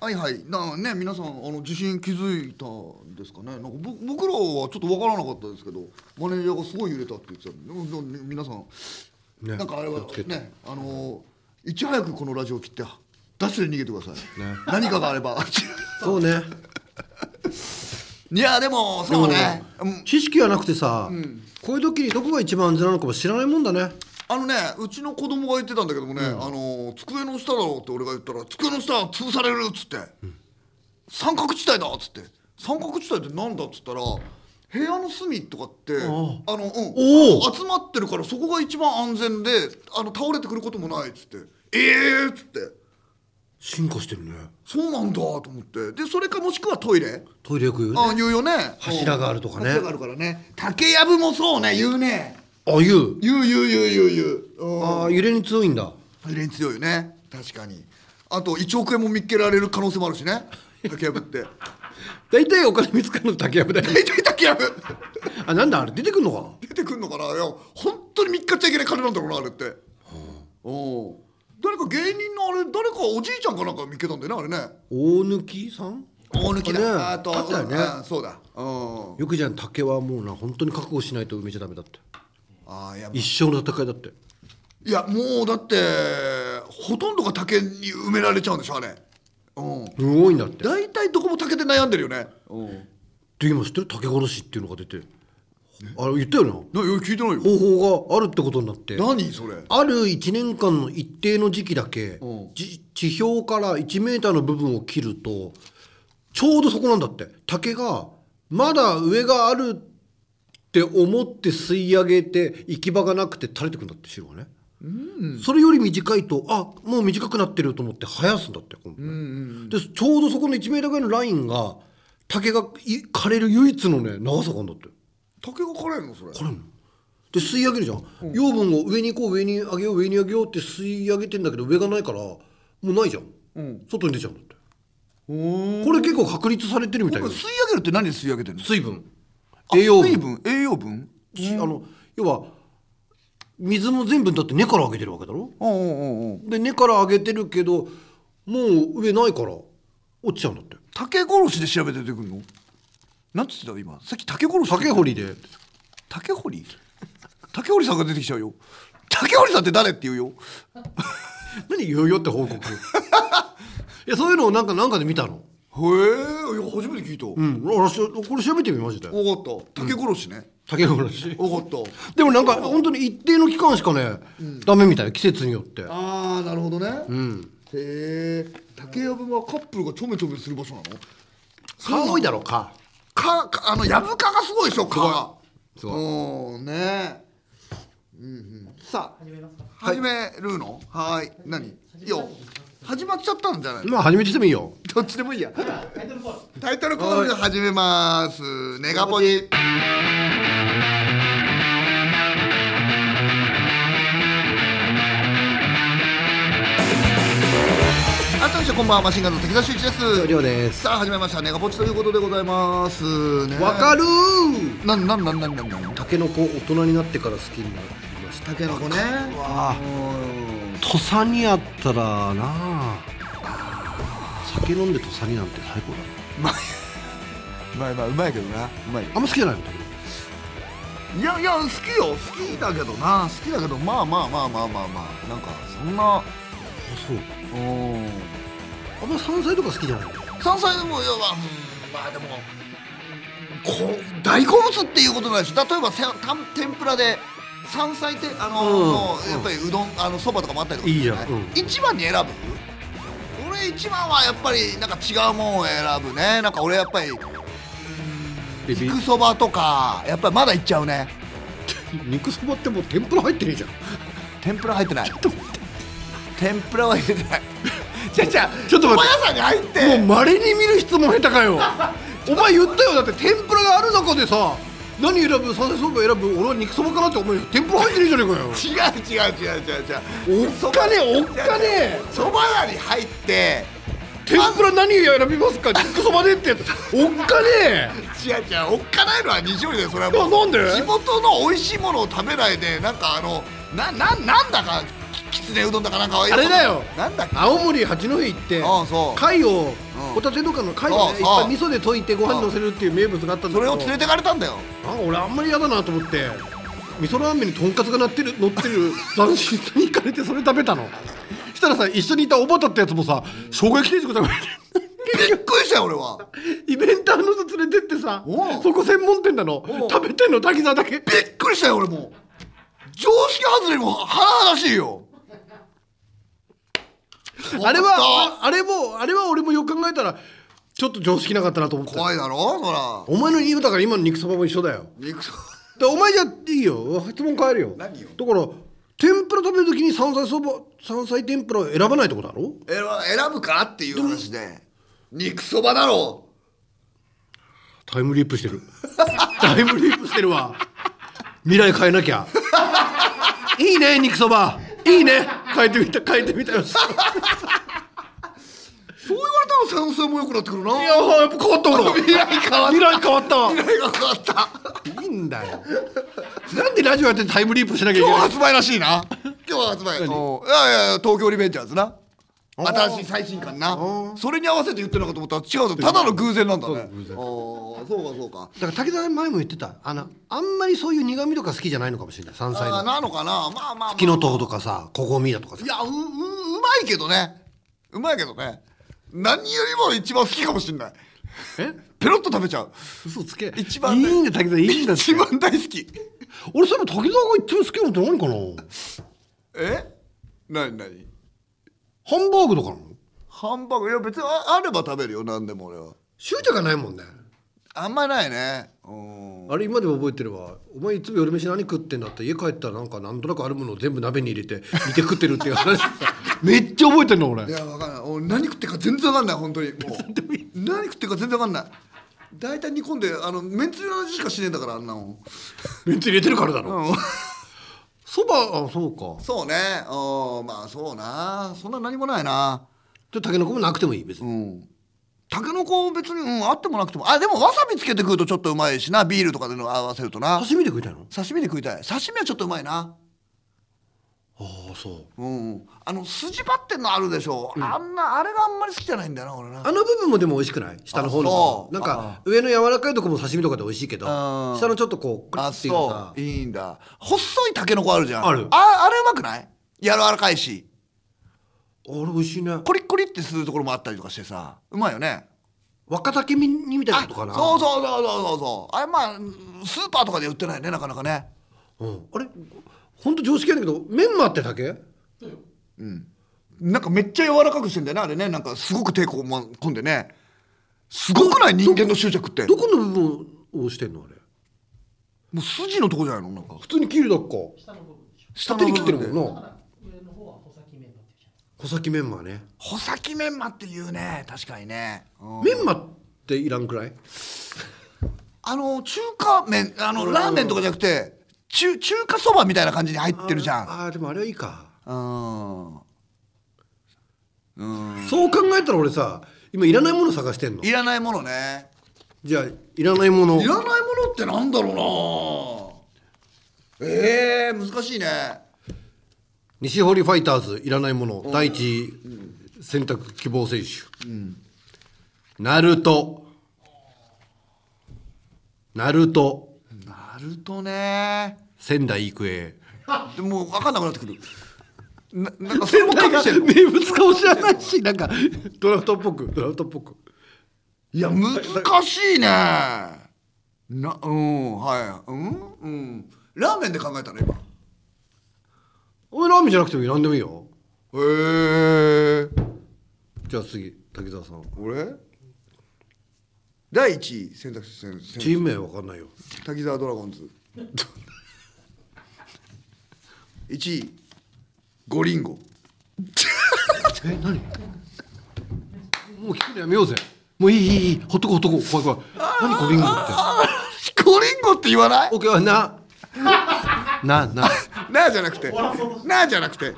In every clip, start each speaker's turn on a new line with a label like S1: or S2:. S1: はいはいなね皆さんあの地震気づいたんですかねなんかぼ僕らはちょっと分からなかったですけどマネージャーがすごい揺れたって言ってたんででもでも皆さん、
S2: ね
S1: なんかあれは
S2: 気をつけて
S1: ねあのいち早くこのラジオを切ってダッシュで逃げてください、
S2: ね
S1: 何かがあれば
S2: そうね
S1: いやでもそうね、うん
S2: 知識がなくてさ、こういう時にどこが一番安全なのかも知らないもんだね
S1: あのねうちの子供が言ってたんだけどもね、あの机の下だろうって俺が言ったら机の下は潰されるっつって、三角地帯だっつって三角地帯ってなんだっつったら部屋の隅とかってあの、うん、
S2: おお
S1: 集まってるからそこが一番安全であの倒れてくることもないっつってええー、っつって
S2: 進化してるね
S1: そうなんだと思ってでそれかもしくはトイレ
S2: トイレよく言う
S1: ああ
S2: ね
S1: 言うよね
S2: 柱があるとかね
S1: 柱があるからね竹やぶもそうね言うね
S2: あ言う
S1: 言う言う言う言う言ううん
S2: あー揺れに強いんだ
S1: 揺れに強いよね確かにあと1億円も見っけられる可能性もあるしね竹やぶって
S2: 大体お金見つかるの竹やぶだよ
S1: 大体竹やぶ
S2: あなんだあれ出てくんのかな
S1: 出てくんのかないや本当に見っかっちゃいけない金なんだろうなあれって、おう誰か芸人のあれ誰かおじいちゃんかなんか見っけたんだよねあれね
S2: 大貫さん
S1: 大抜き
S2: ね
S1: だあと
S2: あったよね
S1: うんそうだうん
S2: よくじゃん竹はもうな本当に覚悟しないと埋めちゃダメだって
S1: あーいや
S2: 一生の戦いだって
S1: いやもうだってほとんどが竹に埋められちゃうんでしょあれうん
S2: すごいんだって
S1: 大体どこも竹で悩んでるよねうん
S2: で今知ってる竹殺しっていうのが出てあれ言ったよな
S1: な聞いてないよ
S2: 方法があるってことになって
S1: 何それ
S2: ある1年間の一定の時期だけ
S1: うん
S2: じ地表から1メーターの部分を切るとちょうどそこなんだって竹がまだ上があるって思って吸い上げて行き場がなくて垂れてくんだって汁がねそれより短いとあもう短くなってると思って生やすんだって今度ねでちょうどそこの1メーターぐらいのラインが竹がい枯れる唯一のね長さがあるんだって。
S1: 竹が枯れるのそれ
S2: これもで吸い上げるじゃん、養分を上に行こう上に上げよう上に上げようって吸い上げてんだけど上がないからもうないじゃん、
S1: ん
S2: 外に出ちゃうんだって
S1: こ
S2: これ結構確立されてるみたい
S1: れ
S2: な
S1: 吸い上げるって何で吸い上げてるの
S2: 水分
S1: あ
S2: 栄養
S1: 水
S2: 分
S1: 分栄養分
S2: しあの要は水も全部だって根から上げてるわけだろ
S1: うんうんうんうん
S2: で根から上げてるけどもう上ないから落ちちゃうんだって
S1: 竹殺しで調べて出てくるのなんつってた今さっき竹殺し
S2: 竹掘りで
S1: 竹堀竹堀さんが出てきちゃうよ竹堀さんって誰って言うよ
S2: 何言うよって報 告いやそういうのをなんかなんかで見たの
S1: へえいや初めて聞いた
S2: う
S1: 分
S2: ん俺これ調べてみましたよ
S1: かった竹殺しね
S2: 竹殺し
S1: 分かった
S2: でもなんか本当に一定の期間しかね、ダメみたいな季節によって
S1: ああなるほどねへえ竹やぶはカップルがちょめちょめする場所なの
S2: 蚊多いだろう蚊
S1: かかあのやぶかがすごいでしょかが
S2: すごいす
S1: うんねうんうんさあ始めるのはーい何いや始まっちゃったんじゃないの
S2: まあ始めててもいいよ
S1: どっちでもいいやタイトルコールで始めますネガポジあったんしょこんばんはマシンガンズの滝沢秀一です
S2: りょうです
S1: さあ始めましたネガポチということでございますね
S2: わかる
S1: なんなんなんなんなんなん
S2: タケノコ大人になってから好きになりました
S1: たけのこね
S2: わ
S1: う
S2: 土佐にあったらなあ酒飲んで土佐になんて最高だ
S1: んまあ まあまあうまいけどなうまい
S2: あんま好きじゃないのタケノコ
S1: いやいや好きよ好きだけどな好きだけどまあまあまあまあまあまあなんかそんな
S2: あそう
S1: うん
S2: あんま山菜とか好きじゃないの
S1: 山菜でもいやまあうんまあでもこう大好物っていうことないし例えばせた天ぷらで山菜ってあの、
S2: うん
S1: やっぱりうどんあのそばとかもあったりとか
S2: いいじゃん
S1: ね
S2: うん
S1: 一番に選ぶ俺一番はやっぱりなんか違うもんを選ぶねなんか俺やっぱり
S2: でび
S1: 肉そばとかやっぱりまだいっちゃうね
S2: 肉そばってもう天ぷら入ってねえじゃん
S1: 天ぷら入ってない天ぷらは入れて ないじゃあじゃあ
S2: ちょっと待って
S1: そば屋さんに入って
S2: もう稀に見る質問下手かよお前言ったよだって天ぷらがある中でさ何選ぶ山菜そば選ぶ俺は肉そばかなって思うよ天ぷら入ってねえじゃねえかよ
S1: 違う違う違う違う違う
S2: おっかねえおっかねえ
S1: そば屋に入って
S2: 天ぷら何選びますか肉そばでってやつおっかねえ
S1: 違う違うおっかないのは西堀だよそれはい
S2: やなんで
S1: 地元の美味しいものを食べないでなんかあのなななんだかききつねうどんだかなんかあ
S2: あれだよ
S1: なんだか
S2: 青森八戸行って
S1: ああそう
S2: 貝をホタテとかの貝をねいっ
S1: ああ
S2: ぱい味噌で溶いてご飯にのせるっていう名物があったんだ
S1: そ
S2: け
S1: れ
S2: ど
S1: を連れてかれたんだよ
S2: なんか俺あんまり嫌だなと思って味噌ラーメンにとんかつがなってる乗ってる斬新さに行かれてそれ食べたのしたらさ一緒にいたおばたってやつもさ生姜焼き定食食べ
S1: びっくりしたよ俺は
S2: てイベンターの人連れてってさ
S1: おう
S2: そこ専門店なの
S1: おう
S2: 食べてんの滝沢だけ
S1: びっくりしたよ俺も常識外れも甚だしいよ
S2: あれはああれもあれは俺もよく考えたらちょっと常識なかったなと思って
S1: 怖いだろそら
S2: お前の言うだから今の肉そばも一緒だよ
S1: 肉そ
S2: でお前じゃいいよ質問変えるよ
S1: 何よ
S2: だから天ぷら食べるときに山菜そば山菜天ぷらを選ばないってことだろ
S1: 選選ぶかっていう話で肉そばだろ
S2: タイムリープしてるタイムリープしてるわ未来変えなきゃいいね肉そばいいね変えてみた変えてみたよい
S1: そう言われたら山菜も良くなってくるな
S2: ややっぱ変わった俺
S1: 未来変わった
S2: 未来変わっ
S1: 未来が変わった
S2: たいいんだよなんでラジオやってタイムリープしなき ゃいけ
S1: 今
S2: な
S1: 日
S2: い
S1: 発売らしいな今日発売おういやいや東京リベンジャーズな新しい最新刊なそれに合わせて言ってるのかと思ったら違うぞただの偶然なんだねああそうかそうか
S2: だから滝沢前も言ってたあのあんまりそういう苦味とか好きじゃないのかもしれない山菜
S1: あー
S2: の
S1: なのかなまあまあ、まあ、
S2: 木の塔とかさこごみだとかさ
S1: いやうううまいけどねうまいけどね何よりも一番好きかもしんない
S2: え
S1: ペロッと食べちゃう
S2: 嘘つけ
S1: 一番
S2: い
S1: ね
S2: いんだ滝沢いいん だって
S1: 一番大好き
S2: 俺そういえば滝沢が一番好きなのって何かな
S1: え何何
S2: ハンバーグとかなの
S1: ハンバーグいや別にああれば食べるよ何でも俺は
S2: 執着がないもんね
S1: あんまないねうん
S2: あれ今でも覚えてるわお前いつも夜飯何食ってんだって家帰ったらなんかなんとなくあるものを全部鍋に入れて煮て食ってるっていう話 めっちゃ覚えてんの俺
S1: いやわかんない俺何食ってるか全然わかんない本当にもう何食ってるか全然わかんない大体煮込んであのめんつゆの味しかしねえんだからあんなもん
S2: めっちゃ入れてるからだろ
S1: うん
S2: そばあそうか
S1: そうねうんまあそうなそんな何もないな
S2: でたけのこもなくてもいい別に、
S1: うんたけのこ別に、うん、あってもなくてもあでもわさびつけて食うとちょっとうまいしなビールとかでの合わせるとな
S2: 刺身で食いたいの
S1: 刺身で食いたい刺身はちょっとうまいな
S2: ああそう
S1: うんうんあの筋張ってんのあるでしょ、あんなあれがあんまり好きじゃないんだよな俺な
S2: あの部分もでも美味しくない下の方
S1: あ
S2: の
S1: そう
S2: なんか上の柔らかいとこも刺身とかで美味しいけど
S1: うん
S2: 下のちょっとこうクリ
S1: あ
S2: ッていうさ
S1: そういいんだ細いたけのこあるじゃん
S2: ある
S1: ああれうまくない柔らかいし
S2: あれ美味しいね
S1: コリッコリってするところもあったりとかしてさうまいよね
S2: 若竹煮みたいなことかな
S1: そうそうそうそうそうそうあれまあスーパーとかで売ってないねなかなかね
S2: うん、あれ本当常識やだけどメンマってだけ
S1: なんかめっちゃ柔らかくしてんだよねあれねなんかすごく抵抗も込んでねすごくない人間の執着って
S2: ど
S1: も
S2: この部分をしてんのあれ
S1: う筋のとこじゃないのなんか
S2: 普通に切るだっこ
S1: 下
S2: 縦に切ってる
S1: の部分で
S2: もんな穂先メンマね
S1: 穂先メンマっていうね確かにね、うん
S2: メンマっていらんくらい
S1: あの中華麺あのラーメンとかじゃなくて中中華そばみたいな感じに入ってるじゃん
S2: ああーでもあれはいいか、
S1: うんうん
S2: そう考えたら俺さ今いらないもの探してんの
S1: いらないものね
S2: じゃあいらないもの
S1: いらないものってなんだろうなえー、難しいね
S2: 西堀ファイターズいらないもの、第一選択希望選手、ナルトナルト
S1: なるとね
S2: 仙台育英
S1: でもう分かんなくなってくる ななんかそれも加味してる
S2: 名物かもしれないしなんかドラフトっぽくドラフトっぽく
S1: いや難しいねなうんはいうんうんラーメンで考えたね今
S2: おいラーメンじゃなくてもいい何でもいいよ
S1: へえ
S2: じゃあ次滝沢さん
S1: 俺第1位選択肢選択
S2: チ
S1: 肢
S2: ーム名わかんないよ
S1: 滝沢ドラゴンズ1位ゴリンゴ
S2: え何もう聞くのやめようぜもういいいいいいほっとこうほっとこう怖い怖い何こうリンゴって
S1: ゴリンゴって言わない
S2: オッケーな なな
S1: なあじゃなくてなあじゃなくて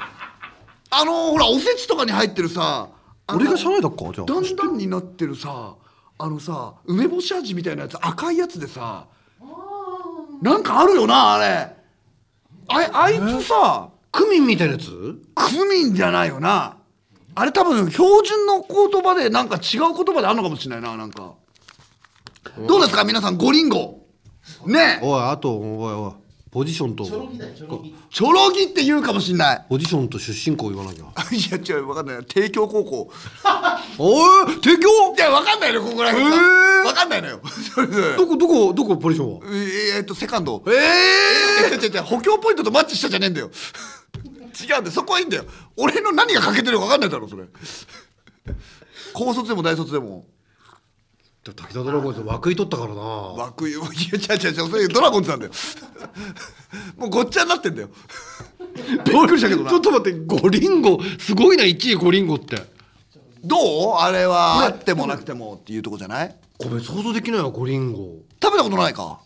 S1: あのーほらおせちとかに入ってるさあの
S2: 俺が社内だっかじゃあ
S1: だんだんになってるさあのさ梅干し味みたいなやつ赤いやつでさなんかあるよなあれああいつさ
S2: クミンみたいなやつ
S1: クミンじゃないよなあれ多分標準の言葉でなんか違う言葉であるのかもしれないななんかどうですか皆さん五リンゴねえ
S2: おいあとおいおいポジションと
S3: ちょろぎだよちょろぎ
S1: チョロギって言うかもしれない
S2: ポジションと出身校言わなきゃ
S1: いや違う分かんない帝京高校
S2: おい提供
S1: いや分かんないのよここら辺
S2: へ
S1: が
S2: ー
S1: 分かんないのよそれぞれ
S2: どこどこどこポジションは
S1: えーっとセカンド
S2: ええ
S1: 違う違う違う補強ポイントとマッチしたじゃねえんだよ違うんだよそこはいいんだよ俺の何が欠けてるか分かんないだろそれ高卒でも大卒でも
S2: ー、滝田ドラゴンズ枠い取ったからな
S1: 涌井いや違う違う違うそれドラゴンズなんだよもうごっちゃになってんだよ びっくりしたけどな
S2: ちょっと待って五リンゴすごいな1位五リンゴって
S1: どうあれはあ
S2: ね
S1: ってもなくてもっていうとこじゃない
S2: ごめん想像できないわ五リンゴ
S1: 食べたことないか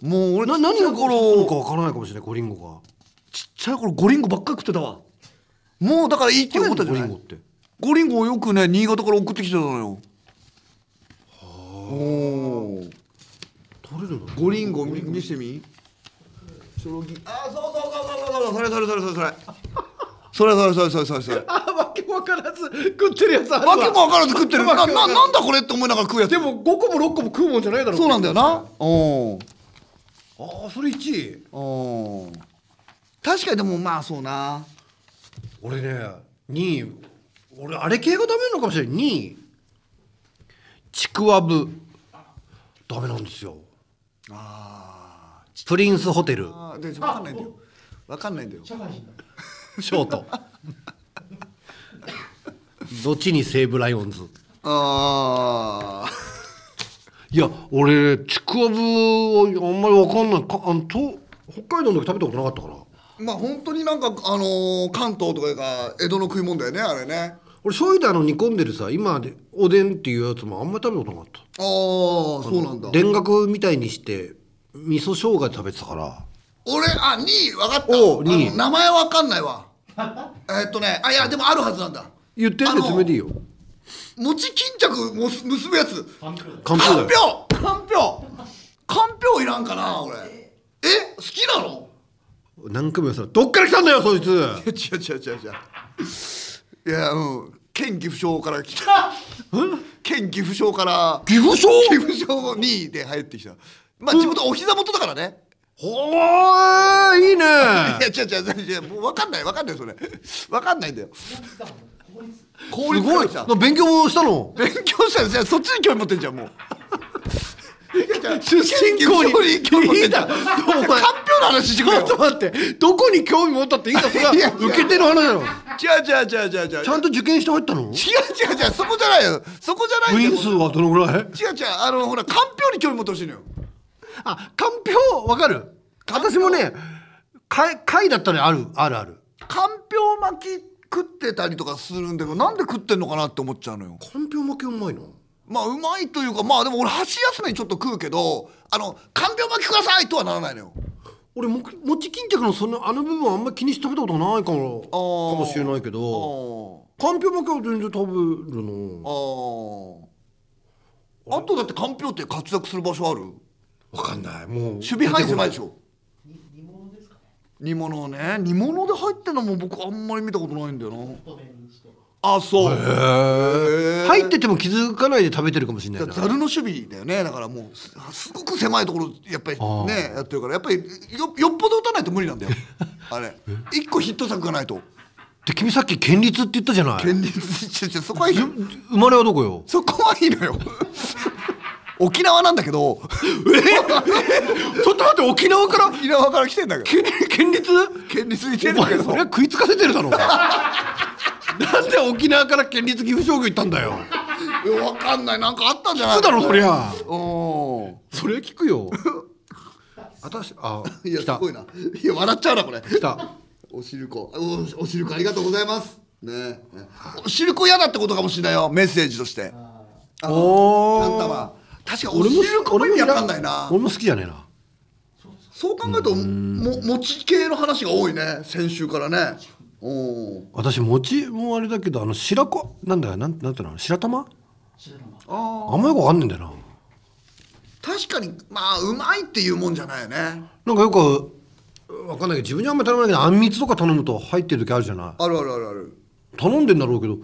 S1: もう俺
S2: な何がこのかわからないかもしれない五リンゴ
S1: ちっちゃい頃五リンゴばっかり食ってたわもうだからいいって
S2: が
S1: 思ったじゃ
S2: 五
S1: な
S2: リンゴっ
S1: い
S2: て
S1: 五リンゴをよくね新潟から送ってきてたのよおー
S2: 取れるの
S1: 五リンゴ見見してみチョロギあーそうそうそうそうそうそうそれそれそれそれそれそれそれそれそれそれ
S2: あわけわからず食ってるやつある
S1: わけも分からず食ってるな
S2: わ
S1: な
S2: けわからず
S1: なんだこれって思いながら食うやつ
S2: でも5個も6個も食うもんじゃないだろ
S1: そうなんだよなお
S2: ああそれ1位
S1: お確かにでもまあそうな
S2: 俺ね2位俺あれ系がダメなのかもしれない2位ちくわぶダメなんですよプリンスホテル
S1: あで分かんないんだよ分かんないんだよ
S3: 社会人だ
S2: ショート後に西武ライオンズ
S1: あ
S2: いや俺ちくわぶはあんまり分かんないかあのと北海道の時食べたことなかったから
S1: ーまあ本当になんかあのー関東とかが江戸の食い物だよねあれね
S2: 俺醤油であの煮込んでるさ今でおでんっていうやつもあんまり食べたことなかった
S1: ああそうなんだ
S2: 田楽みたいにして味噌生姜で食べてたから
S1: 俺あ2位分かった
S2: おう
S1: あの
S2: 二位
S1: 名前分かんないわ えーっとねあいやでもあるはずなんだ
S2: 言って
S1: あの
S2: 説明でいいよ
S1: 餅巾着もす結ぶやつ
S3: 環境だよ
S2: かんぴょう
S1: かん
S2: だ
S1: ぴ
S2: よ
S1: ょうかんぴょうかんぴょういらんかな俺え好きなの
S2: 何回も言うさどっから来たんだよそ いつ
S1: 違う違う違う違ういやうん県岐阜省から来 た県岐阜省から
S2: 岐阜商
S1: 岐阜省2位で入ってきたまあ地元お膝元だからね、
S2: ほーいい
S1: い
S2: ね
S1: や違う違う違う違うもう分かんない分かんないそれ分かんないんだよ
S3: 効率
S1: 効率
S2: す ごい
S1: 化した
S2: 勉強もしたの
S1: 勉強したらじゃあそっちに興味持ってんじゃんもう
S2: 出身校に
S1: 県岐阜省に興味持ってんじゃん
S2: いいん
S1: か
S2: だ
S1: んぴょうの話して
S2: ち
S1: くれ
S2: ょ
S1: よ
S2: っと待ってどこに興味持ったっていいんだそれはい
S1: やいや
S2: 受け手の話だろ
S1: 違う違う違う違う違う
S2: ちゃんと受験して入ったの
S1: 違う違う違うそこじゃないよそこじゃ
S2: 部
S1: ないよ
S2: 員数はどのぐらい
S1: 違う違うあのほらかんぴょうに興味持ってほしいのよ
S2: あかんぴょうわかる私もね貝貝だったらあるあるある
S1: かんぴょう巻き食ってたりとかするんだけどなんで食ってんのかなって思っちゃうのよ
S2: かんぴょう巻きうまいの
S1: まあうまいというかまあでも俺箸休めにちょっと食うけどあのかんぴょう巻きくださいとはならないのよ
S2: 俺も餅巾着のそのあの部分はあんまり気にして食べたことないかもか
S1: ー
S2: もしれないけ
S1: あ
S2: ど
S1: ー
S2: かんぴょう巻きは全然食べるの
S1: あーあとだってかんぴょうって活躍する場所ある
S2: わかんないもう
S1: 守備範囲狭いでしょ
S3: に煮物ですかね
S1: 煮物ね煮物で入ってるのも僕あんまり見たことないんだよな
S3: 太麺にして
S1: あそうへえ
S2: 入ってても気づかないで食べてるかもしれないな
S1: ざるの守備だよねだからもうすすごく狭いところやっぱり
S2: あ
S1: ねやってるからやっぱりよよっぽど打たないと無理 なんだよあれ一個ヒット作がないと
S2: で君さっき県立って言ったじゃない
S1: 県立ちょそこはいい
S2: 生まれはどこよ
S1: そこはいいのよ 沖縄なんだけど
S2: ちょっと待って沖縄から
S1: 沖縄から来てんだけど
S2: 県県立
S1: 県立に来て
S2: お
S1: んだけ
S2: 前
S1: ど
S2: それは食いつかせてるだろうが なんで沖縄から県立岐阜商業行ったんだよ
S1: いやわかんないなんかあったんじゃない
S2: 聞くだろそりゃ
S1: おー
S2: それは聞くよ 私あ
S1: いや
S2: 来
S1: す
S2: た
S1: ごいないや笑っちゃうなこれ
S2: 来た
S1: おしるこおおしるこありがとうございますねおしるこ嫌だってことかもしれないよメッセージとしてあ
S2: おー
S1: あんたは確かおしるこも意味わかんないな
S2: 俺も好きじゃねえな
S1: そう考えるとも餅系の話が多いね先週からねおー
S2: 私餅もあれだけどあの白子なんだよなんなんていうの白玉
S3: 白玉
S1: あー
S2: あんまよくわかんねえんだよな
S1: 確かにまあうまいっていうもんじゃないよね
S2: なんかよくわかんないけど自分にあんまり頼まないけどあんみつとか頼むと入ってる時あるじゃな
S1: あるあるあるある
S2: い頼んでんだろうけど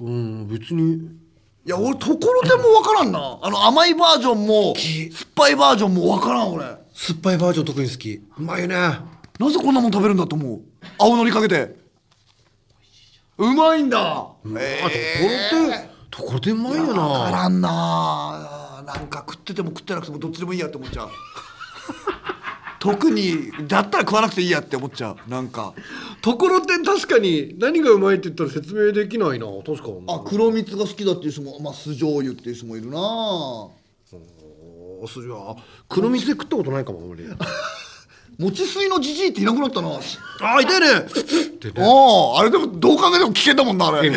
S2: うん別に
S1: いや俺ところでもわからんなあの甘いバージョンも酸っぱいバージョンもわからん俺
S2: 酸っぱいバージョン特に好きうまいよね
S1: なぜこんなもん食べるんだと思う青のりかけてうまいんだえ
S2: あところてんところてんうまいよ
S1: わか
S2: な
S1: らんななんか食ってても食ってなくてもどっちでもいいやって思っちゃ う特にだったら食わなくていいやって思っちゃうなんか
S2: ところてん確かに何がうまいって言ったら説明できないな確かに
S1: あ黒蜜が好きだっていう人もまあ酢醤油っていう人もいるな
S2: おそれは黒蜜で食ったことないかも俺
S1: 餅吸いのじじいっていなくなったなあ
S2: ああいたよねってね
S1: ああれでもどう考えても危険だもんなあれ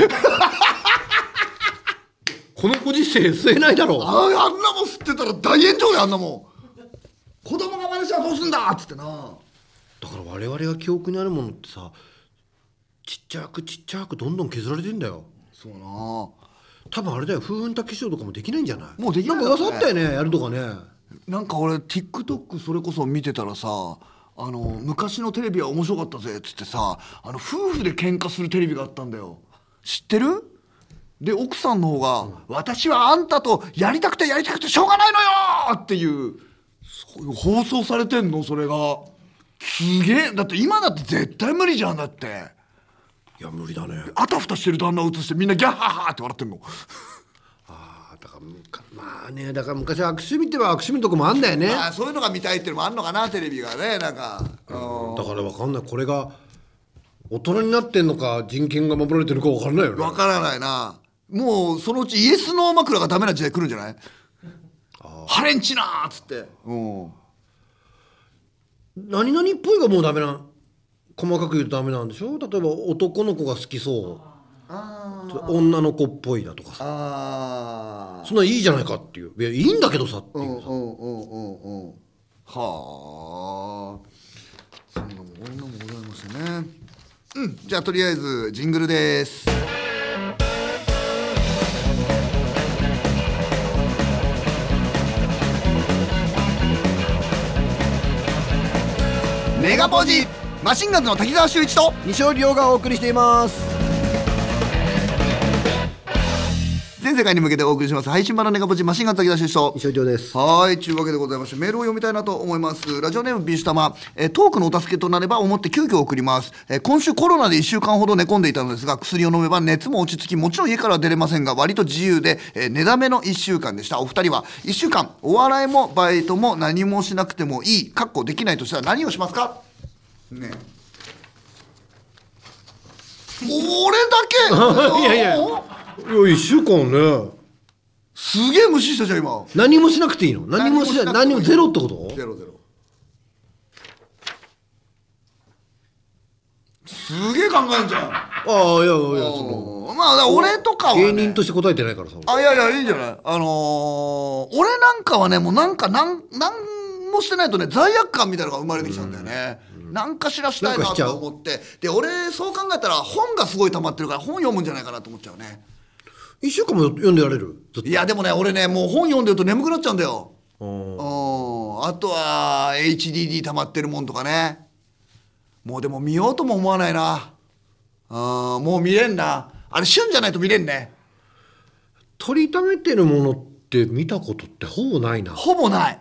S2: このご時世吸えないだろ
S1: ああんなもん吸ってたら大炎上だよあんなもん子供が真似したらどうすんだっつってな
S2: だから我々が記憶にあるものってさちっちゃくちっちゃくどんどん削られてんだよ
S1: そうなも
S2: 多分あれだよ風雲滝賞とかもできないんじゃない
S1: もうできない
S2: んか噂あったよねやるとかね
S1: なんか俺 TikTok それこそ見てたらさあの昔のテレビは面白かったぜっつってさあの夫婦で喧嘩するテレビがあったんだよ知ってるで奥さんの方が、私はあんたとやりたくてやりたくてしょうがないのよ!」っていうそういう放送されてんのそれがすげえだって今だって絶対無理じゃんだって
S2: いや無理だね
S1: あたふたしてる旦那を映してみんなギャッハッハって笑ってんの
S2: ああだからむかまあねだから昔は悪趣味って言えば悪趣味のとこもあんだよねだ
S1: あそういうのが見たいっていうのもあんのかなテレビがねなんか
S2: からわかんないこれが大人になってんのか人権が守られてるかわからないよね
S1: わからないなもうそのうちイエスノー枕がダメな時代来るんじゃないハレンチなーっつってうん
S2: 何々っぽいがもうダメな細かく言うとダメなんでしょ例えば男の子が好きそう女の子っぽいだとかさ
S1: あ
S2: そんなんいいじゃないかっていういやいいんだけどさって
S1: う
S2: い
S1: んうん
S2: うさ、
S1: うんうんうんはあそんなもんこんなもんございますねうんじゃあとりあえずジングルですメガポージマシンガンズの滝沢秀一と
S2: 西尾亮がお送りしています
S1: 全世界に向けてお送りします配信版のネガポジマシンガンズ滝沢秀一と
S2: 西尾亮です
S1: はーい、というわけでございまして、メールを読みたいなと思います。ラジオネームビースタマ、えートークのお助けとなれば思って急遽送ります、えー今週コロナで1週間ほど寝込んでいたのですが、薬を飲めば熱も落ち着き、もちろん家からは出れませんが、割と自由で、えー、寝だめの1週間でした。お二人は、1週間、お笑いもバイトも何もしなくてもいい、かっこできないとしたら何をしますか ねえ俺だけ
S2: いやいやいや
S1: おー
S2: 1週間ね
S1: すげえ無視したじゃん、今。
S2: 何もしなくていいの何もしない何
S1: 何
S2: も
S1: もしなくてもいい
S2: ゼロってこと
S1: ゼロゼロすげえ考えんじゃん
S2: ああいやいやいやその
S1: まあだから俺とかは、ね、
S2: 芸人として答えてないからさ
S1: あいやいやいいんじゃないあのー俺なんかはねもうなんかなんなんもしてないとね罪悪感みたいなのが生まれてきちゃうんだよね、なんかしらしたい
S2: なん
S1: な
S2: かしちゃう
S1: と思ってで俺そう考えたら本がすごい溜まってるから本読むんじゃないかなと思っちゃうね
S2: 1週間も読んでられるずっと
S1: いやでもね俺ねもう本読んでると眠くなっちゃうんだよ
S2: うん
S1: うんあとは HDD 溜まってるもんとかねもうでも見ようとも思わないなうんもう見れんなあれ旬じゃないと見れんね
S2: 取りためてるものって見たことってほぼないな
S1: ほぼない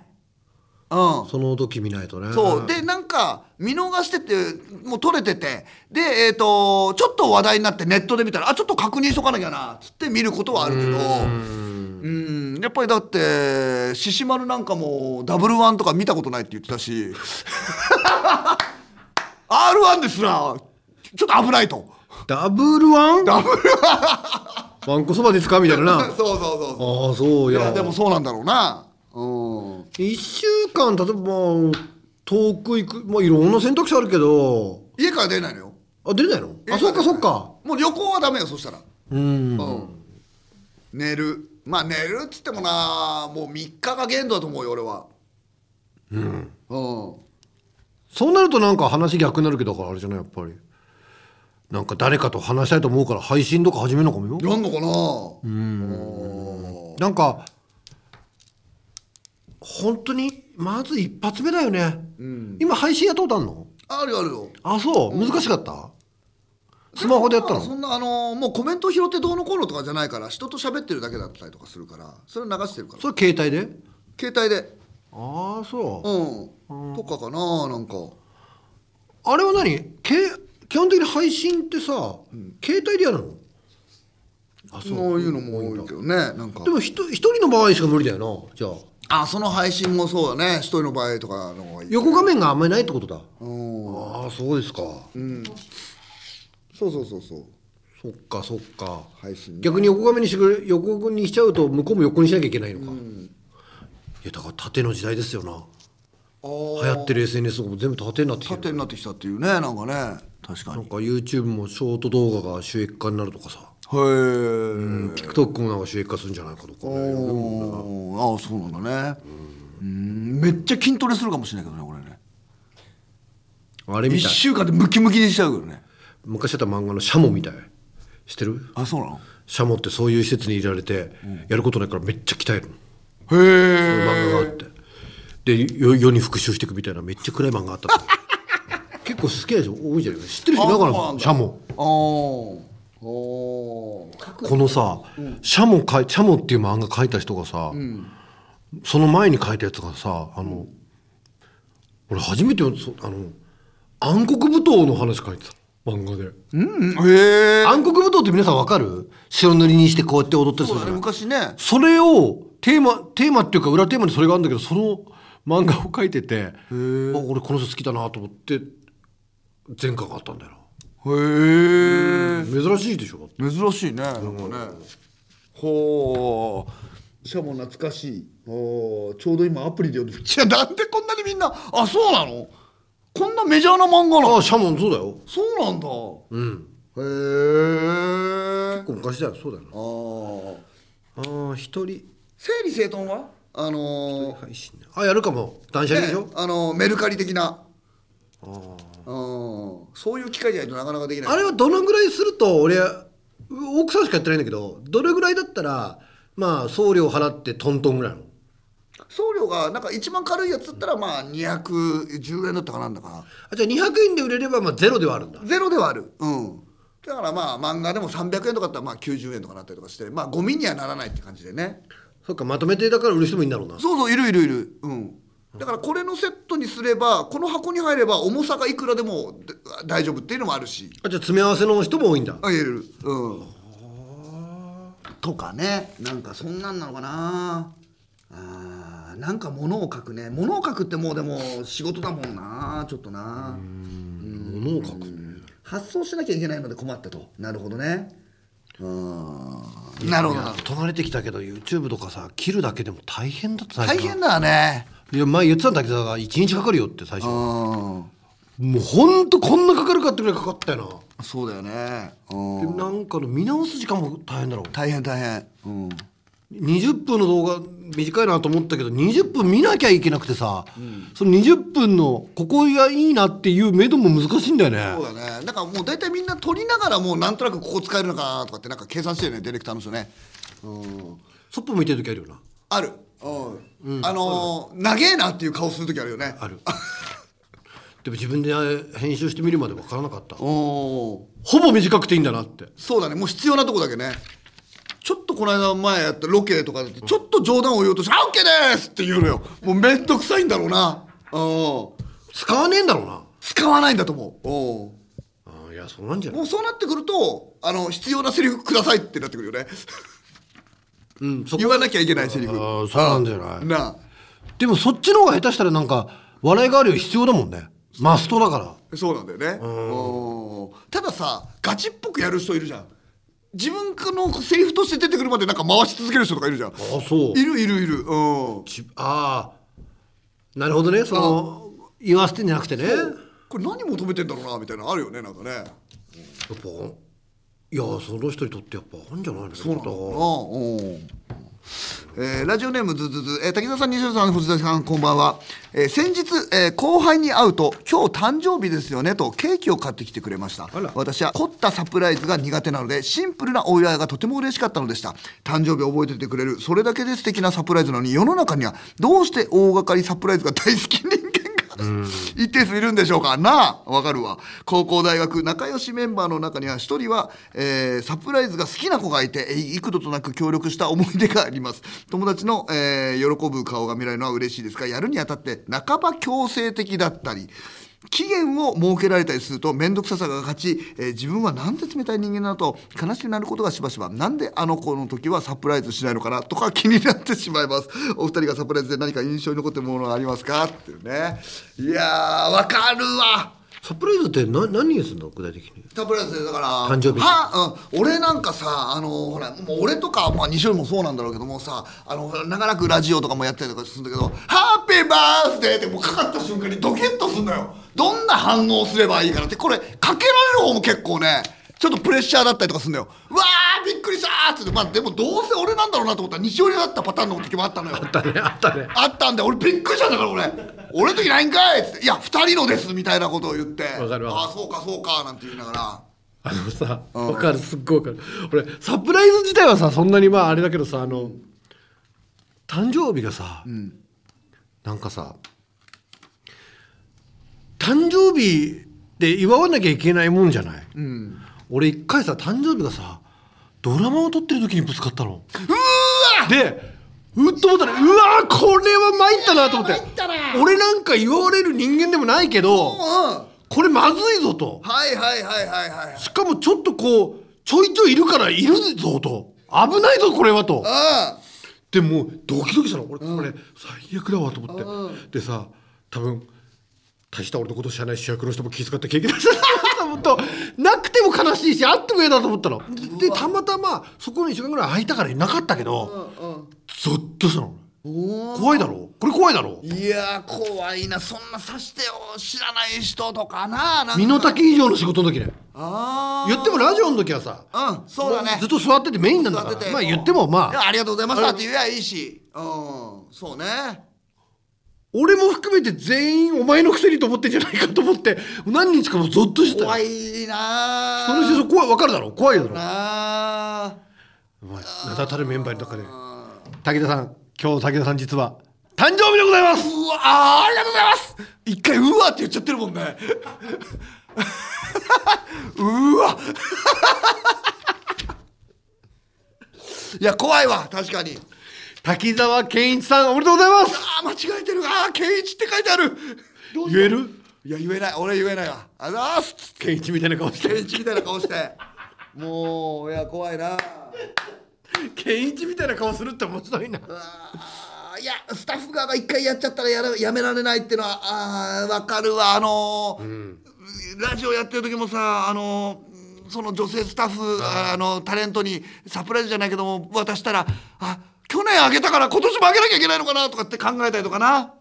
S1: うん
S2: その時見ないとね
S1: そうでなんか見逃しててもう取れててでえっ、とちょっと話題になってネットで見たらあちょっと確認しとかなきゃなっつって見ることはあるけどうんやっぱりだって獅子丸なんかもダブルワンとか見たことないって言ってたし R1 ですらちょっと危ないと
S2: ダブルワンダブルワンわんこそばですかみたいな なあ
S1: そうそうそうそ
S2: あそう
S1: う
S2: い
S1: い
S2: や
S1: やでもそうなんだろうなうん
S2: 1週間例えば遠く行く、まあ、いろんな選択肢あるけど
S1: 家から出ないのよ
S2: あ出ないのあそっかそっか
S1: もう旅行はダメよそしたら
S2: うん
S1: うん、寝るまあ寝るっつってもなもう3日が限度だと思うよ俺はうん、
S2: そうなるとなんか話逆になるけどだからあれじゃないやっぱりなんか誰かと話したいと思うから配信とか始めるのかもよ
S1: やんのかな
S2: なんか本当にまず一発目だよね、今配信やったことあんの
S1: あるよあるよ
S2: あそう難しかった、スマホでやったの
S1: まあそんなあのーもうコメント拾ってどうのこうのとかじゃないから人と喋ってるだけだったりとかするからそれ流してるから
S2: それ携帯で
S1: 携帯で
S2: ああそう、
S1: うんとかかななんか
S2: あれは何け基本的に配信ってさ、携帯でやるのあ
S1: そういうのも多いけどねなんか
S2: でもひと一人の場合しか無理だよなじゃあ
S1: あその配信もそうだね一人の場合とかの方がいい
S2: 横画面があんまりないってことだ
S1: うん
S2: ああそうですか、
S1: そうそうそうそう
S2: そっかそっか
S1: 配信
S2: 逆に横画面にしてくれ横にしちゃうと向こうも横にしなきゃいけないのか、いやだから縦の時代ですよな
S1: あ
S2: 流行ってる SNS とかも全部縦になってきてる
S1: 縦になってきたっていうねなんかね確か
S2: な
S1: に
S2: んか YouTube もショート動画が収益化になるとかさ
S1: へえ、
S2: TikTok もなんか収益化するんじゃないかとかね
S1: おーああそうなんだねうんめっちゃ筋トレするかもしれないけどねこれね
S2: あれ
S1: 1
S2: みたい
S1: 週間でムキムキにしちゃうけどね
S2: 昔やった漫画のシャモみたいしてる
S1: あそうなの
S2: シャモってそういう施設に入れられて、やることないからめっちゃ鍛えるの
S1: へえ
S2: 漫画があってでよ世に復讐していくみたいなめっちゃ暗い漫画あったの 結構好きな人多いじゃない知ってる人いながら
S1: あそうなんだ
S2: シャモ
S1: ああお
S2: このさ、シャモかいシャモっていう漫画描いた人がさ、その前に描いたやつがさあの、俺初めてそあの暗黒舞踏の話描いてた漫画で
S1: うんへえ
S2: 暗黒舞踏って皆さんわかる白塗りにしてこうやって踊ったりす
S1: そう
S2: るじ
S1: だ
S2: ゃ
S1: ね
S2: な
S1: 昔
S2: い
S1: ね
S2: それをテーマテーマっていうか裏テーマにそれがあるんだけどその漫画を描いててあ俺この人好きだなと思って前科があったんだよ
S1: へえ
S2: な珍しいでしょ
S1: 珍しいねなんかねほうしかも懐かしいほうちょうど今アプリで読んでる いやなんでこんなにみんなあそうなのこんなメジャーな漫画な
S2: あ
S1: の
S2: あシャモンそうだよ
S1: そうなんだ
S2: うん
S1: へえ
S2: 結構昔だよそうだよな
S1: あー
S2: ああ一人
S1: 整理整頓はあの
S2: 配信ねあやるかも断捨
S1: ー
S2: 離でしょ、
S1: ねあのーメルカリ的なうんそういう機会じゃないとなかなかできない
S2: あれはどのぐらいすると俺奥さんしかやってないんだけどどれぐらいだったらまあ送料払ってトントンぐらいなの
S1: 送料がなんか一番軽いやつだったらまあ210円だったかなんだか
S2: あじゃあ200円で売れればまあゼロではあるんだ
S1: ゼロではあるうんだからまあ漫画でも300円とかだったらまあ90円とかなったりとかしてまあゴミにはならないって感じでね
S2: そっかまとめてだから売る人もいいんだろうな
S1: そうそういるいるいるうんだからこれのセットにすればこの箱に入れば重さがいくらでもで大丈夫っていうのもあるし
S2: あじゃあ詰め合わせの人も多いんだ
S1: あ入れるうんとかねなんかそんなんなのかなあーなんか物を書くね物を書くってもうでも仕事だもんなちょっとな
S2: 物を書く
S1: 発想しなきゃいけないので困ったとなるほどねうんなるほどな
S2: となれてきたけど YouTube とかさ切るだけでも大変だった
S1: 大変だね
S2: いや前言ってたんだけどさ1日かかるよって最初
S1: う
S2: も
S1: ん
S2: うほんとこんなかかるかってぐらいかかったよ
S1: そうだよねう
S2: なんでなんかの見直す時間も大変だろう
S1: 大変大変うん
S2: 20分の動画短いなと思ったけど20分見なきゃいけなくてさ、その20分のここがいいなっていう目処も難しいんだよ
S1: そう
S2: ね
S1: だねなんかもう大体みんな撮りながらもうなんとなくここ使えるのかなとかってなんか計算してるよねディレクターの人ねうん
S2: そっぽ向いてる時あるよな
S1: あるうん、あのー、長えなっていう顔する時あるよね
S2: ある でも自分で編集してみるまで分からなかった
S1: お
S2: ほぼ短くていいんだなって
S1: そうだねもう必要なとこだけねちょっとこの間前やったロケとかでちょっと冗談を言おうとして「あオッケーです!」って言うのよもうめんどくさいんだろうなうん
S2: 使わねえんだろうな
S1: 使わないんだと思ううん
S2: あーいやそうなんじゃな
S1: も
S2: いう
S1: そうなってくるとあの必要なセリフくださいってなってくるよね
S2: うんそこ
S1: 言わなきゃいけないセリ
S2: あ
S1: フ
S2: ーそうなんじゃない
S1: なあ
S2: でもそっちの方が下手したらなんか笑いがあるより必要だもんねマストだから
S1: そうなんだよねうんたださガチっぽくやる人いるじゃん自分のセリフとして出てくるまでなんか回し続ける人とかいるじゃん
S2: あそう
S1: いるいるいるうん
S2: ちああなるほどねその言わせてんじゃなくてね
S1: これ何求めてんだろうなみたいなのあるよねなんかね
S2: やっぱいやその人にとってやっぱあるんじゃないのそう
S1: なんだろうなうんえーラジオネームずずず、えー滝沢さん、西野さん、藤田さん、こんばんは。えー先日、えー後輩に会うと、今日誕生日ですよねとケーキを買ってきてくれました
S2: あら。
S1: 私は凝ったサプライズが苦手なので、シンプルなお祝いがとても嬉しかったのでした。誕生日を覚えててくれる、それだけで素敵なサプライズなのに、世の中にはどうして大掛かりサプライズが大好き人間がです、一定数いるんでしょうかなあわかるわ高校大学仲良しメンバーの中には一人は、えーサプライズが好きな子がいてえー幾度となく協力した思い出があります友達の、えー喜ぶ顔が見られるのは嬉しいですがやるにあたって半ば強制的だったり期限を設けられたりすると面倒くささが勝ち、えー自分はなんて冷たい人間なのと悲しくなることがしばしばなんであの子の時はサプライズしないのかなとか気になってしまいますお二人がサプライズで何か印象に残ってるものはありますかっていうねいやーわかるわ
S2: サプライズって何何にするの具体的に
S1: サプライズでだから
S2: 誕生日
S1: は、うん、俺なんかさあのほらもう俺とか、まあ、西尾もそうなんだろうけどもさあの長らくラジオとかもやったりとかするんだけど「ハッピーバースデー」ってもうかかった瞬間にドキッとすんだよどんな反応すればいいかなってこれかけられる方も結構ねちょっとプレッシャーだったりとかするんだようわーびっくりしたーっつって、まあ、でもどうせ俺なんだろうなと思ったら西尾になったパターンの時もあったのよ
S2: あったねあったね
S1: あったんで俺びっくりしたんだから俺俺の時ないんかいっつって「いや2人のです」みたいなことを言って「
S2: わかるわ
S1: ああそうかそうか」なんて言いながら。
S2: あのさわかるすっごいわかる俺サプライズ自体はさそんなにまああれだけどさあの誕生日がさ、なんかさ誕生日で祝わなきゃいけないもんじゃない、俺一回さ誕生日がさドラマを撮ってる時にぶつかったの
S1: うーわ
S2: でうっと思ったらうわーこれは参ったなと思って
S1: 参ったな
S2: 俺なんか祝われる人間でもないけど
S1: うん
S2: これまずいぞと
S1: はいはいはいはいはい
S2: しかもちょっとこうちょいちょいいるからいるぞと危ないぞこれはと
S1: あ
S2: でもうドキドキしたの俺これ最悪だわと思って、でさ多分大した俺のこと知らない主役の人も気遣って経験出した と思うとなくても悲しいしあっても嫌だと思ったのでたまたまそこに1週間ぐらい空いたからいなかったけどゾッとしたの怖いだろこれ怖いだろ
S1: いやー怖いなそんなさしてよ知らない人とかななんか
S2: 身の丈以上の仕事の時ね
S1: あ
S2: 言ってもラジオの時はさ
S1: あうんそうだね
S2: ずっと座っててメインなんだか
S1: 座って
S2: ら
S1: て
S2: まあ言ってもま
S1: い
S2: あ
S1: やありがとうございましたって言えばいいしうんそうね
S2: 俺も含めて全員お前のくせにと思ってんじゃないかと思って何日かもうゾッとしてた
S1: 怖
S2: よ
S1: いなー
S2: その人怖い分かるだろ怖いだろ
S1: なあ
S2: お前名だたるメンバーの中で武田さん今日武田さん実は誕生日でございます
S1: うわあーありがとうございます一回うわって言っちゃってるもんねうわいや怖いわ確かに
S2: 滝沢健一さんおめでとうございます
S1: あー間違えてるあー健一って書いてある
S2: 言える
S1: いや言えない俺言えないわあざーす
S2: 健一みたいな顔して
S1: 健一みたいな顔してもういや怖いな
S2: 健一みたいな顔するって面白いな
S1: あーいやスタッフ側が一回やっちゃったらやらやめられないっていうのはあーわかるわあのーラジオやってる時もさあのーその女性スタッフあのタレントにサプライズじゃないけども渡したらあ去年あげたから今年もあげなきゃいけないのかなとかって考えたりとかな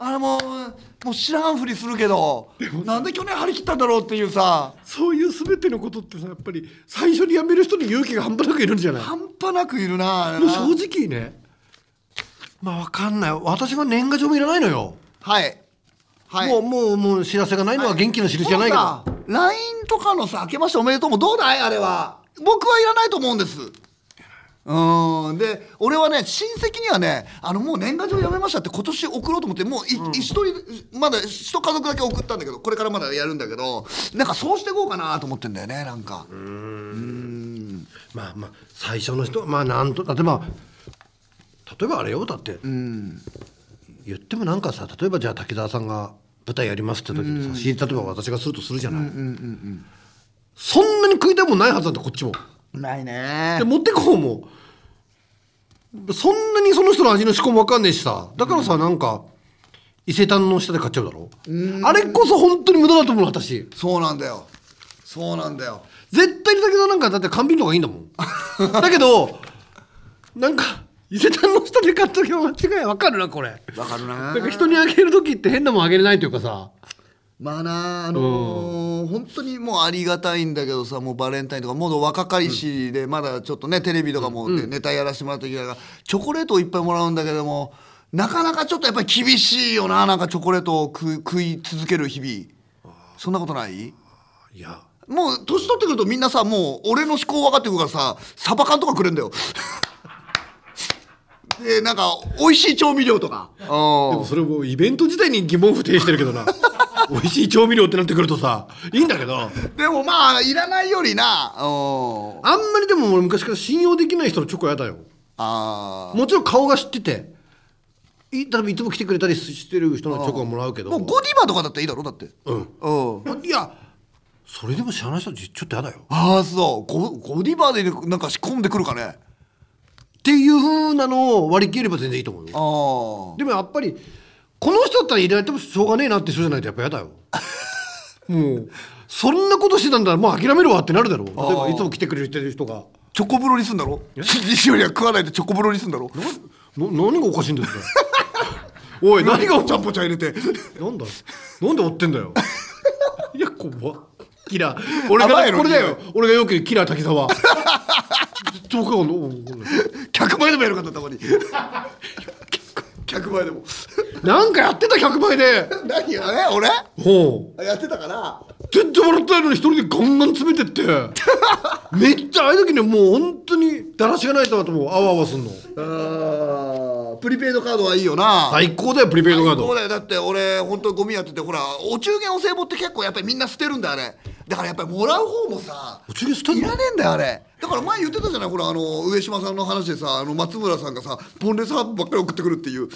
S1: あれもうもう知らんふりするけどなんで去年張り切ったんだろうっていうさ
S2: そういう全てのことってさやっぱり最初に辞める人に勇気が半端なくいるんじゃない
S1: 半端なくいるなあれ
S2: もう
S1: な
S2: 正直ねまあわかんない私は年賀状もいらないのよ
S1: はいはい
S2: もうもうもう知らせがないのは元気の印じゃないけど、
S1: もうさ LINE とかのさ「明けましておめでとう」もどうだいあれは僕はいらないと思うんですうーんで俺はね親戚にはねあのもう年賀状やめましたって今年送ろうと思ってもうい一人、まだ一家族だけ送ったんだけどこれからまだやるんだけどなんかそうしていこうかなと思ってんだよねなんか
S2: まあまあ最初の人はまあなんと例えば例えばあれよだって、言ってもなんかさ例えばじゃあ滝沢さんが舞台やりますって時にさ、し例えば私がするとするじゃない、そんなに食いたいもんないはずなんだこっちも
S1: ないね
S2: で持ってく方もそんなにその人の味の仕込みわかんねえしさだからさ、なんか伊勢丹の下で買っちゃうだろ、あれこそ本当に無駄だと思うの私
S1: そうなんだよそうなんだよ
S2: 絶対にだけどなんかだって缶ビールの方がいいんだもん だけどなんか伊勢丹の下で買っときは間違いわかるなこれ
S1: わかるな
S2: なんか人にあげる時って変なもんあげれないというかさ
S1: まあなあのー本当にもうありがたいんだけどさもうバレンタインとかもう若かりしで、まだちょっとねテレビとかもでネタやらせてもらった時だからチョコレートをいっぱいもらうんだけどもなかなかちょっとやっぱり厳しいよななんかチョコレートを食い食い続ける日々そんなことない
S2: いや
S1: もう年取ってくるとみんなさ もう俺の思考分かってくるからさサバ缶とかくれんだよでえーなんか美味しい調味料とか
S2: で
S1: う
S2: も
S1: ん
S2: それもイベント自体に疑問符呈してるけど な美味しい調味料ってなってくるとさいいんだけどあん
S1: でもまあいらないよりなうん
S2: まりでも俺昔から信用できない人のチョコやだよ
S1: あー
S2: もちろん顔が知っててい例えばいつも来てくれたりしてる人のチョコはもらうけど
S1: もうゴディバとかだったらいいだろだって
S2: うん
S1: うん
S2: いやそれでも知らない人ちちょっとやだよ
S1: ああそうゴゴディバでなんか仕込んでくるかね
S2: っていうふうなのを割り切れば全然いいと思うよ
S1: ああ
S2: でもやっぱりこの人だったら入れられてもしょうがねえなって人じゃないとやっぱやだよ もうそんなことしてたんだらもう諦めろわってなるだろう例えば
S1: あー
S2: いつも来てくれてる人が
S1: チョコ風呂にすんだろ西よりは食わないでチョコ風呂にすんだろ
S2: な何がおか しいんだよそれおい何がお
S1: ちゃんぽちゃん入れて
S2: なんだなんで追ってんだよいや怖っキラー俺が
S1: 甘いの
S2: これだよ
S1: キ
S2: 俺がよく言うキラー滝 沢ずっと僕はおい
S1: 客前でもやるからたまに 客前でも
S2: なんかやってた100倍で
S1: 何やね俺
S2: ほう
S1: やってたから
S2: 全然笑ってないのに一人でガンガン詰めてって めっちゃああいう時にもう本当にだらしがないとなともうあわあわすんの
S1: あープリペイドカードはいいよな
S2: 最高だよプリペイドカー
S1: そう
S2: ド
S1: だよだって俺本当にゴミやっててほらお中元お歳暮って結構やっぱりみんな捨てるんだよあれだからやっぱりもらう方もさ
S2: お中元捨てん
S1: い
S2: の
S1: らねえんだよあれだから前言ってたじゃないほらあの上島さんの話でさあの松村さんがさポンレスハーブばっかり送ってくるっていう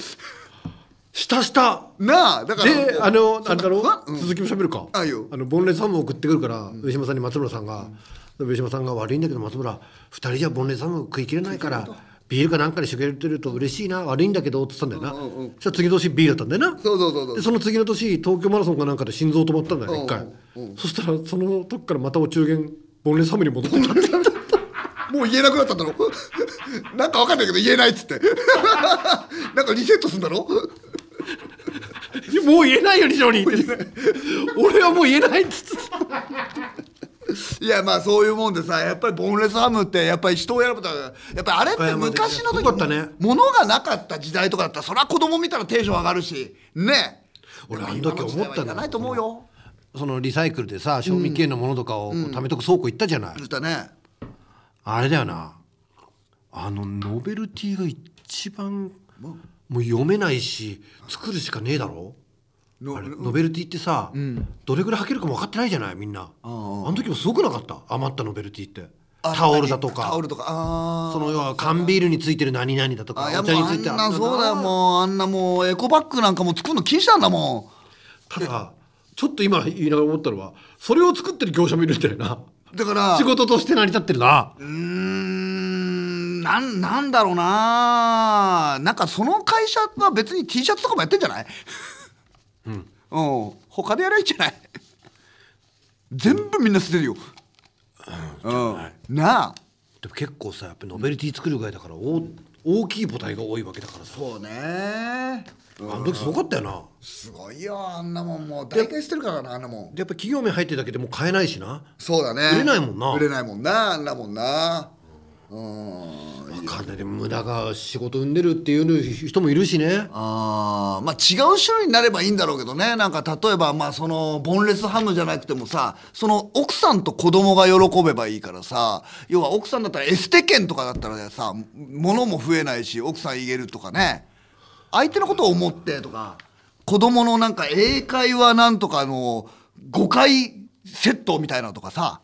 S2: したした
S1: なあだから
S2: であのあれだろ
S1: わうん
S2: 続きも喋るか
S1: あいいよ
S2: の盆列さんも送ってくるから、上島さんに松村さんが、上島さんが悪いんだけど松村二人じゃ盆列さんも食い切れないからビールかなんかにしてくれてると嬉しいな悪いんだけどって言ったんだよな、
S1: うんうんうん
S2: じゃあ次の年ビールだったんだよな
S1: そうそうそうそう
S2: でその次の年東京マラソンかなんかで心臓止まったんだよね一回、
S1: うんうん
S2: そしたらその時からまたお中元盆列サムに戻ってきた
S1: もう言えなくなったんだろ なんかわかんないけど言えないっつって なんかリセットするんだろ
S2: いやもう言えないようにジョニーって俺はもう言えないっつって
S1: いやまあそういうもんでさやっぱりボンレスハムってやっぱり人を選ぶとやっぱりあれって昔の時
S2: すごかったね
S1: 物がなかった時代とかだったらそりゃ子供見たらテンション上がるしね
S2: 俺あの時思った
S1: ん
S2: ん
S1: だ
S2: だ
S1: ないと思うよ
S2: そのリサイクルでさ賞味期限のものとかをこう貯めとく倉庫行ったじゃない、
S1: 言ったね
S2: あれだよなあのノベルティが一番もう読めないし作るしかねえだろ
S1: の
S2: あれノベルティってさ、どれぐらい履けるかも分かってないじゃないみんなあ
S1: ん
S2: の時もすごくなかった余ったノベルティって
S1: あ
S2: タオルだと
S1: タオ
S2: か
S1: ルとかあー
S2: その要は缶ビールについてる何々だとか
S1: あいや
S2: お
S1: も
S2: 茶
S1: う
S2: に
S1: あ
S2: つい
S1: ん
S2: て
S1: なそうだよ
S2: う
S1: もうあんなもうエコバッグなんかもう作るの禁止なんだも
S2: ただちょっと今言いながら思ったのはそれを作ってる業者もいるんだよなん
S1: だから
S2: 仕事として成り立ってるな
S1: うーんなんなんだろうななんかその会社は別に T シャツとかもやってんじゃないうん、うん、他でやりゃいいんじゃない全部みんな捨てるよ、うんなあ
S2: でも結構さやっぱノベルティ作るぐらいだから大大きい母体が多いわけだからさ
S1: そうね
S2: あの時すごかったよな
S1: すごいよあんなもんもう大体捨てるからなあんなもん
S2: でやっぱ企業名入ってるだけでもう買えないしな
S1: そうだね
S2: 売れないもんな
S1: 売れないもんなあんなもんなうん
S2: 分かんないでも無駄が仕事生んでるっていう人もいるしね
S1: あーまあ違う種類になればいいんだろうけどねなんか例えばまあそのボンレスハムじゃなくてもさその奥さんと子供が喜べばいいからさ要は奥さんだったらエステ券とかだったらさ物も増えないし奥さん言えるとかね相手のことを思ってとか子供のなんか英会話なんとかの5回セットみたいなのとかさ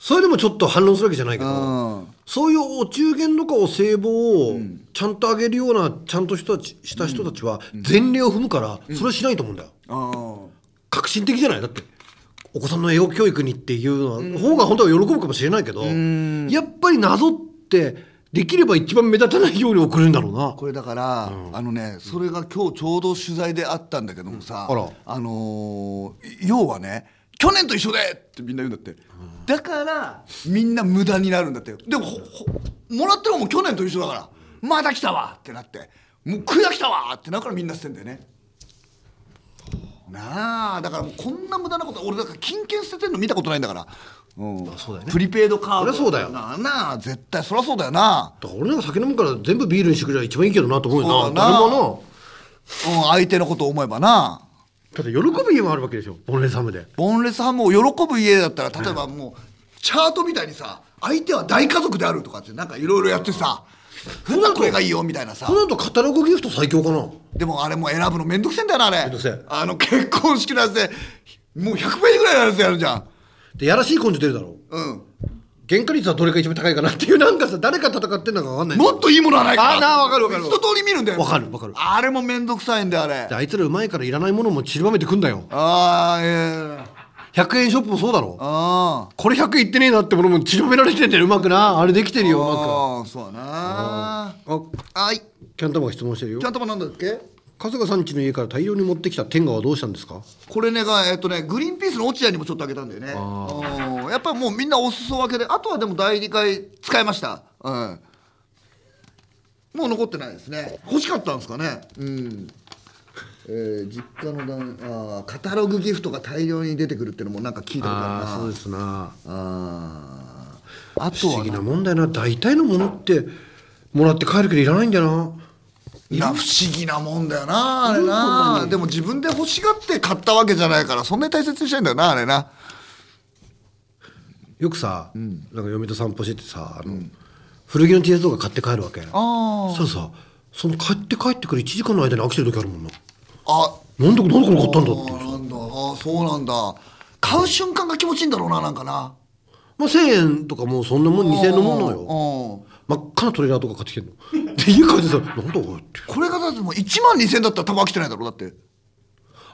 S2: それでもちょっと反論するわけじゃないけ
S1: う
S2: ど
S1: ん
S2: そういうお中元とかお歳暮をちゃんとあげるようなちゃんと人たちした人たちは前例を踏むからそれはしないと思うんだよ
S1: うん
S2: 革新的じゃないだってお子さんの栄養教育にっていうのは方が本当は喜ぶかもしれないけど、やっぱりなぞってできれば一番目立たないように送るんだろうな
S1: これだから、あのねそれが今日ちょうど取材であったんだけどもさ、
S2: うんあら
S1: のー要はね去年と一緒でってみんな言うんだって、だからみんな無駄になるんだってでもほほもらってる方も去年と一緒だからまた来たわってなってもう食い飽きたわってなるからみんな捨てんだよねなあだからもうこんな無駄なこと俺だから金券捨ててんの見たことないんだから、うん
S2: そうだよね
S1: プリペイドカード
S2: そりゃそうだよ
S1: なあなあ絶対そりゃそうだよな
S2: だから俺なんか酒飲むから全部ビールにしてくれりゃ一番いいけどなと思うよ
S1: そう
S2: な
S1: だな
S2: 誰も
S1: うん、相手のことを思えばな
S2: なただ喜ぶ家もあるわけでしょボンレサムで
S1: ボンレスハムを喜ぶ家だったら例えばもうチャートみたいにさ相手は大家族であるとかってなんかいろいろやってさなんだこれがいいよみたいなさ
S2: それだとカタログギフト最強かな
S1: でもあれもう選ぶのめんどくせえんだよなあれ
S2: んどくせえ
S1: あの結婚式のやつでもう100ページぐらいのやつやるじゃん
S2: でやらしい根性出るだろ
S1: うん
S2: 原価率はどれが一番高いかなっていうなんかさ誰が戦ってんのか分かんない
S1: もっといいものはないか
S2: あーなーわかるわかる
S1: 一通り見るんだよ
S2: わかるわかる
S1: あれもめんどくさいんだよあれ
S2: であいつらうまいからいらないものも散りばめてくんだよ
S1: ああええ
S2: 100円ショップもそうだろ
S1: あー
S2: これ100円いってねえなってものも散りばめられてんだようまくなあれできてるようま
S1: あーそうだな
S2: くあ
S1: はい
S2: キャンタマが質問してるよ
S1: ちゃんともなんだっけ
S2: 春日さん家の家から大量に持ってきた天下はどうしたんですか
S1: これねがえっとねグリーンピースの落合にもちょっとあげたんだよねうんやっぱもうみんなお裾分けであとはでも第2回使いましたうんもう残ってないですね欲しかったんですかねうんえー実家の段あーカタログギフトが大量に出てくるっていうのもなんか聞いたことあるな
S2: ーそうですな
S1: あーあ
S2: 不
S1: と
S2: 思
S1: は
S2: 議
S1: な
S2: なもんだよな大体のものってもらって帰るけどいらないんだよない
S1: や不思議なもんだよなあれなでも自分で欲しがって買ったわけじゃないからそんなに大切にしたいんだよなあれな
S2: よくさ、なんか嫁と散歩しててさあの、古着の T シャツとか買って帰るわけ
S1: あ
S2: そしたらさその帰って帰ってくる1時間の間に飽きてる時あるもんな
S1: あ
S2: なんでなんでこれ買ったんだって
S1: あなんだあーそうなんだ買う瞬間が気持ちいいんだろうななんかな
S2: まあ、1000円とかもうそんなもん2000円のものよ
S1: よ
S2: 真っ赤なトレーラーとか買ってきてんので家帰ってさ「なんだこれ」って
S1: これがだってもう1万2000だったら多分飽きてないだろうだって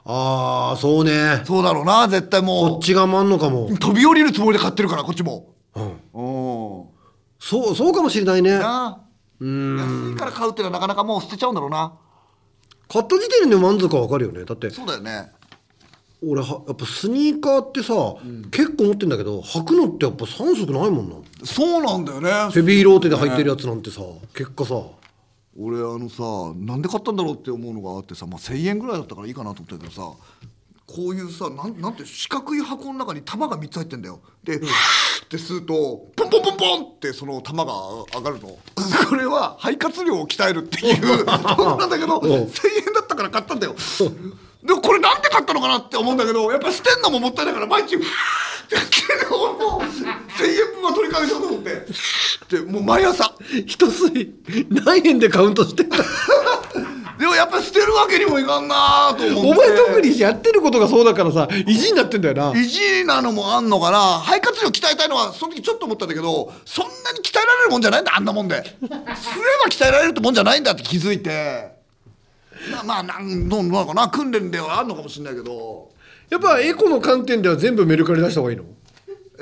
S2: ああそうね
S1: そうだろうな絶対
S2: こ
S1: も
S2: っちが回んのかも
S1: う、飛び降りるつもりで買ってるからこっちも
S2: うん、
S1: お
S2: そうそうかもしれないね
S1: な
S2: う
S1: あ
S2: ん
S1: 安いから買うっていうのはなかなかもう捨てちゃうんだろうな
S2: 買った時点で満足はわかるよねだって
S1: そうだよね
S2: 俺はやっぱスニーカーってさ、結構持ってんだけど履くのってやっぱ3足ないもんな
S1: そうなんだよね
S2: ヘビーローテで履いてるやつなんてさ、結果さ
S1: 俺あのさなんで買ったんだろうって思うのがあってさ、まあ、1,000円ぐらいだったからいいかなと思ったけどさこういうさなんなんて四角い箱の中に玉が3つ入ってんだよで、ふーって吸うとポンポンポンポンってその玉が上がるの これは肺活量を鍛えるっていう そうなんだけど1,000円だったから買ったんだよでもこれなんで買ったのかなって思うんだけどやっぱ捨てんのももったいないから毎日ふーってやってる俺も1,000円分は取り返そうと思ってでもう毎朝。
S2: 一吸い何円でカウントしてんだ
S1: でもやっぱ捨てるわけにもいかんなと思って
S2: お前特にやってることがそうだからさ意地になってんだよな
S1: 意地なのもあんのかな肺活量鍛えたいのはその時ちょっと思ったんだけどそんなに鍛えられるもんじゃないんだあんなもんですれば鍛えられるってもんじゃないんだって気づいてまあまあなんどうなのかな訓練ではあんのかもしれないけど
S2: やっぱエコの観点では全部メルカリ出した方がいいの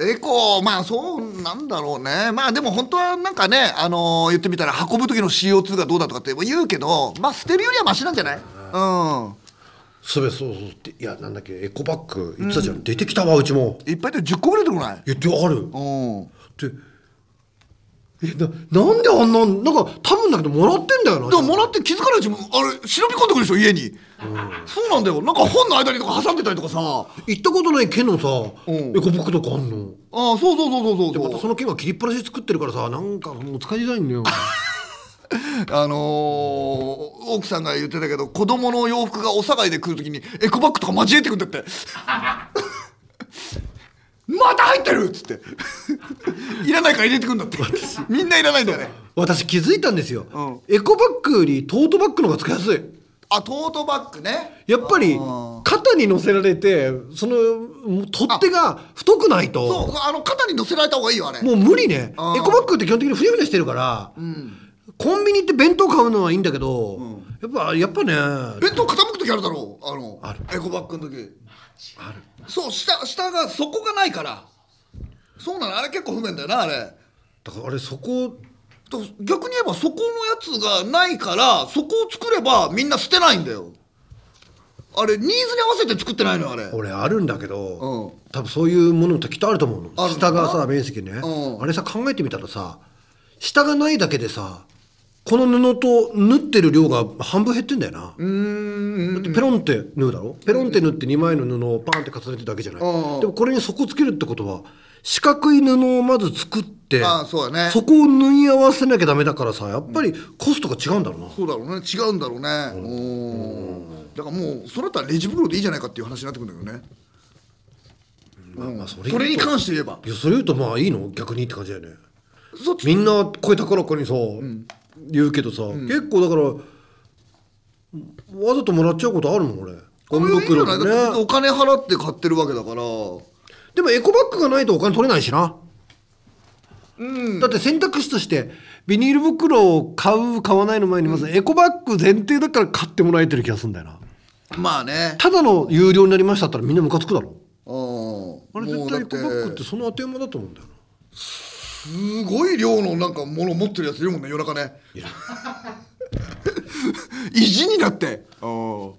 S1: エコーまあそうなんだろうねまあでも本当はなんかね、あのー言ってみたら運ぶ時の CO2 がどうだとかって言うけどまあ捨てるよりはマシなんじゃないうん
S2: そうそうそうっていやなんだっけエコバッグ言ってたじゃん、出てきたわうちも
S1: いっぱいで10個ぐらい出てこない
S2: 言ってある
S1: うん
S2: ってえななんであんななんか多分だけどもらってんだよな
S1: でももらって気づかないうちもあれ忍び込んでくるでしょ家に、そうなんだよなんか本の間にとか挟んでたりとかさあ
S2: 行ったことない県のさ、
S1: ん
S2: エコバッグとかあんの
S1: あそうそうそうそう
S2: で
S1: そう
S2: またその県が切りっぱなしで作ってるからさなんかもう使いづらいんだ よ
S1: あのー奥さんが言ってたけど子供の洋服がお下がりで来るときにエコバッグとか交えてくんだって また入ってるっつって いらないから入れてくんだってみんないらないんだよね
S2: 私気づいたんですよ、
S1: う
S2: エコバッグよりトートバッグの方が使いやすい
S1: あトートバッグね
S2: やっぱり
S1: あー
S2: 肩に乗せられてその取っ手が太くない
S1: そう
S2: と
S1: あの肩に乗せられた方がいいよあれ
S2: もう無理ねエ
S1: あー
S2: コバッグって基本的にふにゃふにゃしてるから、コンビニって弁当買うのはいいんだけど、やっぱやっぱね
S1: 弁当傾く時あるだろうあの
S2: ある
S1: エコバッグの時そう下下が底がないからそうなのあれ結構不便だよなあれ
S2: だからあれそこ
S1: と逆に言えばそこのやつがないからそこを作ればみんな捨てないんだよあれニーズに合わせて作ってないのよあれ
S2: 俺あるんだけど、
S1: う
S2: 多分そういうものもきっとあると思う
S1: あ
S2: の
S1: るの
S2: 下がさ面積ね、
S1: うん
S2: あれさ考えてみたらさ下がないだけでさこの布と縫ってる量が半分減ってんだよなだってペロンって縫うだろペロンって縫って2枚の布をパンって重ねてるだけじゃない、
S1: うん
S2: でもこれに底つけるってことは四角い布をまず作って
S1: あそうだね
S2: そこを縫い合わせなきゃダメだからさやっぱりコストが違うんだろうな、
S1: そうだろうね違うんだろうねうんだからもうそれだったらレジ袋でいいじゃないかっていう話になってくるんだけどね
S2: まあまあそれ
S1: それに関して言えば
S2: いやそれ言うとまあいいの逆にって感じだよね
S1: そっち
S2: みんな声高らかにさ、言うけどさ、結構だからわざともらっちゃうことあるもん俺
S1: こ
S2: ゴ
S1: れい
S2: ミ
S1: いんじゃ
S2: 袋
S1: ない
S2: で
S1: だって
S2: ね
S1: お金払って買ってるわけだから
S2: でもエコバッグがないとお金取れないしな、
S1: うん
S2: だって選択肢としてビニール袋を買う買わないの前にまずエコバッグ前提だから買ってもらえてる気がするんだよな
S1: まあね
S2: ただの有料になりましたったらみんなムカつくだろ
S1: うん
S2: あれ
S1: も
S2: 絶
S1: うだ
S2: 対エ
S1: っ
S2: コ
S1: て
S2: バッグってその当て馬だと思うんだよな
S1: すごい量のなんかもの持ってるやついるもんね夜中ね意地になってうん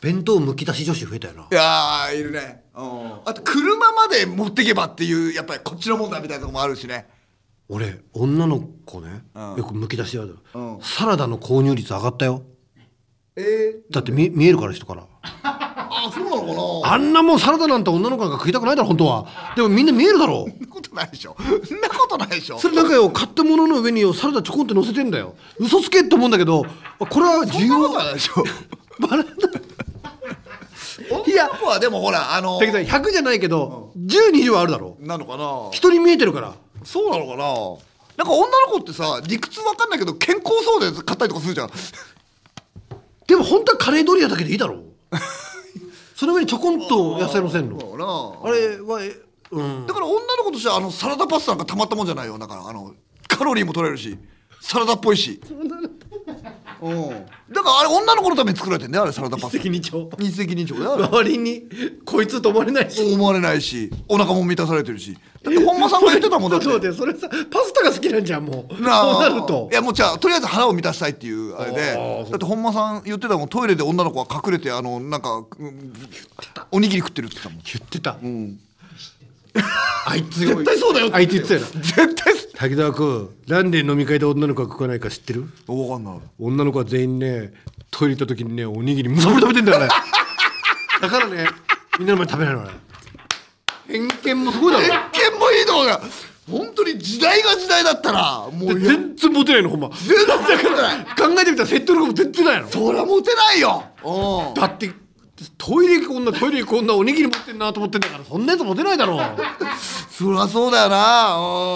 S2: 弁当むき出し女子増えたよない
S1: やーいるねうんあと車まで持ってけばっていうやっぱりこっちのもんだみたいなとこもあるしね
S2: 俺女の子ね、
S1: うん
S2: よくむき出しやる、
S1: うん
S2: サラダの購入率上がったよ
S1: え
S2: だって見見えるから人から
S1: あそうなのかな
S2: あんなもんサラダなんて女の子なんか食いたくないだろ本当はでもみんな見えるだろ
S1: そんなことないでしょそんなことないでしょ
S2: それなんかよ買ったものの上によサラダちょこんって乗せてんだよ嘘つけって思うんだけどこれは
S1: そ
S2: 需
S1: んなこ
S2: 要
S1: とはないでしょ
S2: バランだ
S1: 女の子はでもほらあの
S2: けど100じゃないけど1020はあるだろ
S1: なのかな
S2: 人に見えてるから
S1: そうなのかななんか女の子ってさ理屈わかんないけど健康そうで買ったりとかするじゃん
S2: でも本当はカレードリアだけでいいだろ うその上にちょこんと野菜乗せんの
S1: そうなの
S2: あれはえうん
S1: だから女の子としてはあのサラダパスタなんかたまったもんじゃないよだからあのカロリーも取れるしサラダっぽいしうんだからあれ女の子のために作られてんだよあれサラダパスタ
S2: 責任帳
S1: 一石二鳥だよあれ
S2: 周りにこいつと思われないし
S1: 思われないしお腹も満たされてるしだって本間さんが言ってたもんだっ
S2: ちょってと待 ってそれさパスタが好きなんじゃんもうそう
S1: なあ
S2: なると
S1: いやもうじゃあとりあえず腹を満たしたいっていうあれ
S2: あー
S1: で
S2: そう
S1: だって本間さん言ってたもんトイレで女の子は隠れてあのなんか、うんおにぎり食ってるって言ってたもん
S2: 言ってた、あいつ絶
S1: 対そうだよって
S2: あいつ言ってたよな
S1: 絶対す
S2: 滝沢君なんで飲み会で女の子が食わないか知ってる
S1: 分かんない
S2: 女の子は全員ねトイレ行った時にねおにぎりむさぶり食べてんだよ ねだからねみんなの前で食べないのね偏見もすごいだろ
S1: 偏見もいいとこだ本当に時代が時代だったらもう
S2: で全然モテないのほんま考
S1: 全然分かんない
S2: えてみたら説得力も全然ないの
S1: そりゃモテないようん
S2: だってトイレ行く女トイレ行く女おにぎり持ってんなと思ってんだからそんなやつモテないだろ
S1: そりゃそうだよ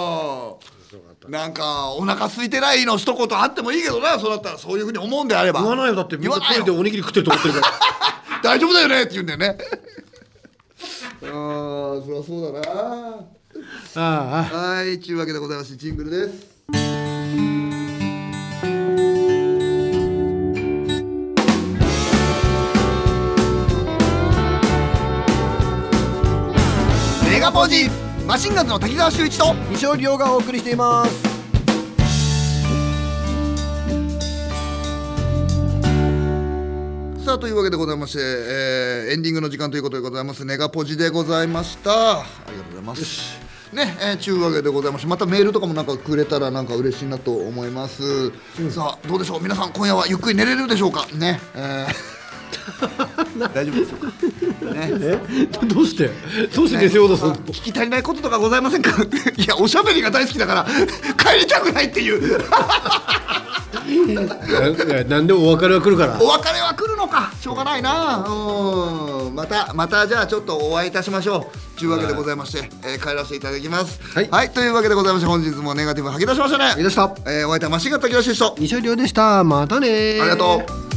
S1: なうんなんかお腹空いてないの一言あってもいいけどなそうだったらそういうふうに思うんであれば
S2: 言わないよだってみん
S1: 言
S2: な
S1: わ
S2: ト
S1: ない
S2: イレで
S1: よ
S2: おにぎり食ってると思って るから
S1: 大丈夫だよねって言うんだよね ああそりゃそうだな
S2: ああ
S1: はいちゅうわけでございましてジングルですメガポージマシンガンズの滝沢秀一と
S2: 西尾亮がお送りしています
S1: さあというわけでございまして、えーエンディングの時間ということでございますネガポジでございましたありがとうございますねえー、ちゅうわけでございましてまたメールとかもなんかくれたらなんか嬉しいなと思います、さあどうでしょう皆さん今夜はゆっくり寝れるでしょうかね、えー 大丈夫でしょうかね
S2: えどうしてどうして出世ようとするの
S1: 聞き足りないこととかございませんか いやおしゃべりが大好きだから帰りたくないっていう
S2: いやなんでもお別れは来るから
S1: お別れは来るのかしょうがないなうんまたまたじゃあちょっとお会いいたしましょうというわけでございまして、えー帰らせていただきます
S2: はい
S1: というわけでございまして本日もネガティブ吐き出しましたね
S2: き出した
S1: えーお会いいたいマシンガン滝田修士と
S2: 西尾亮でしたまたね
S1: ありがとう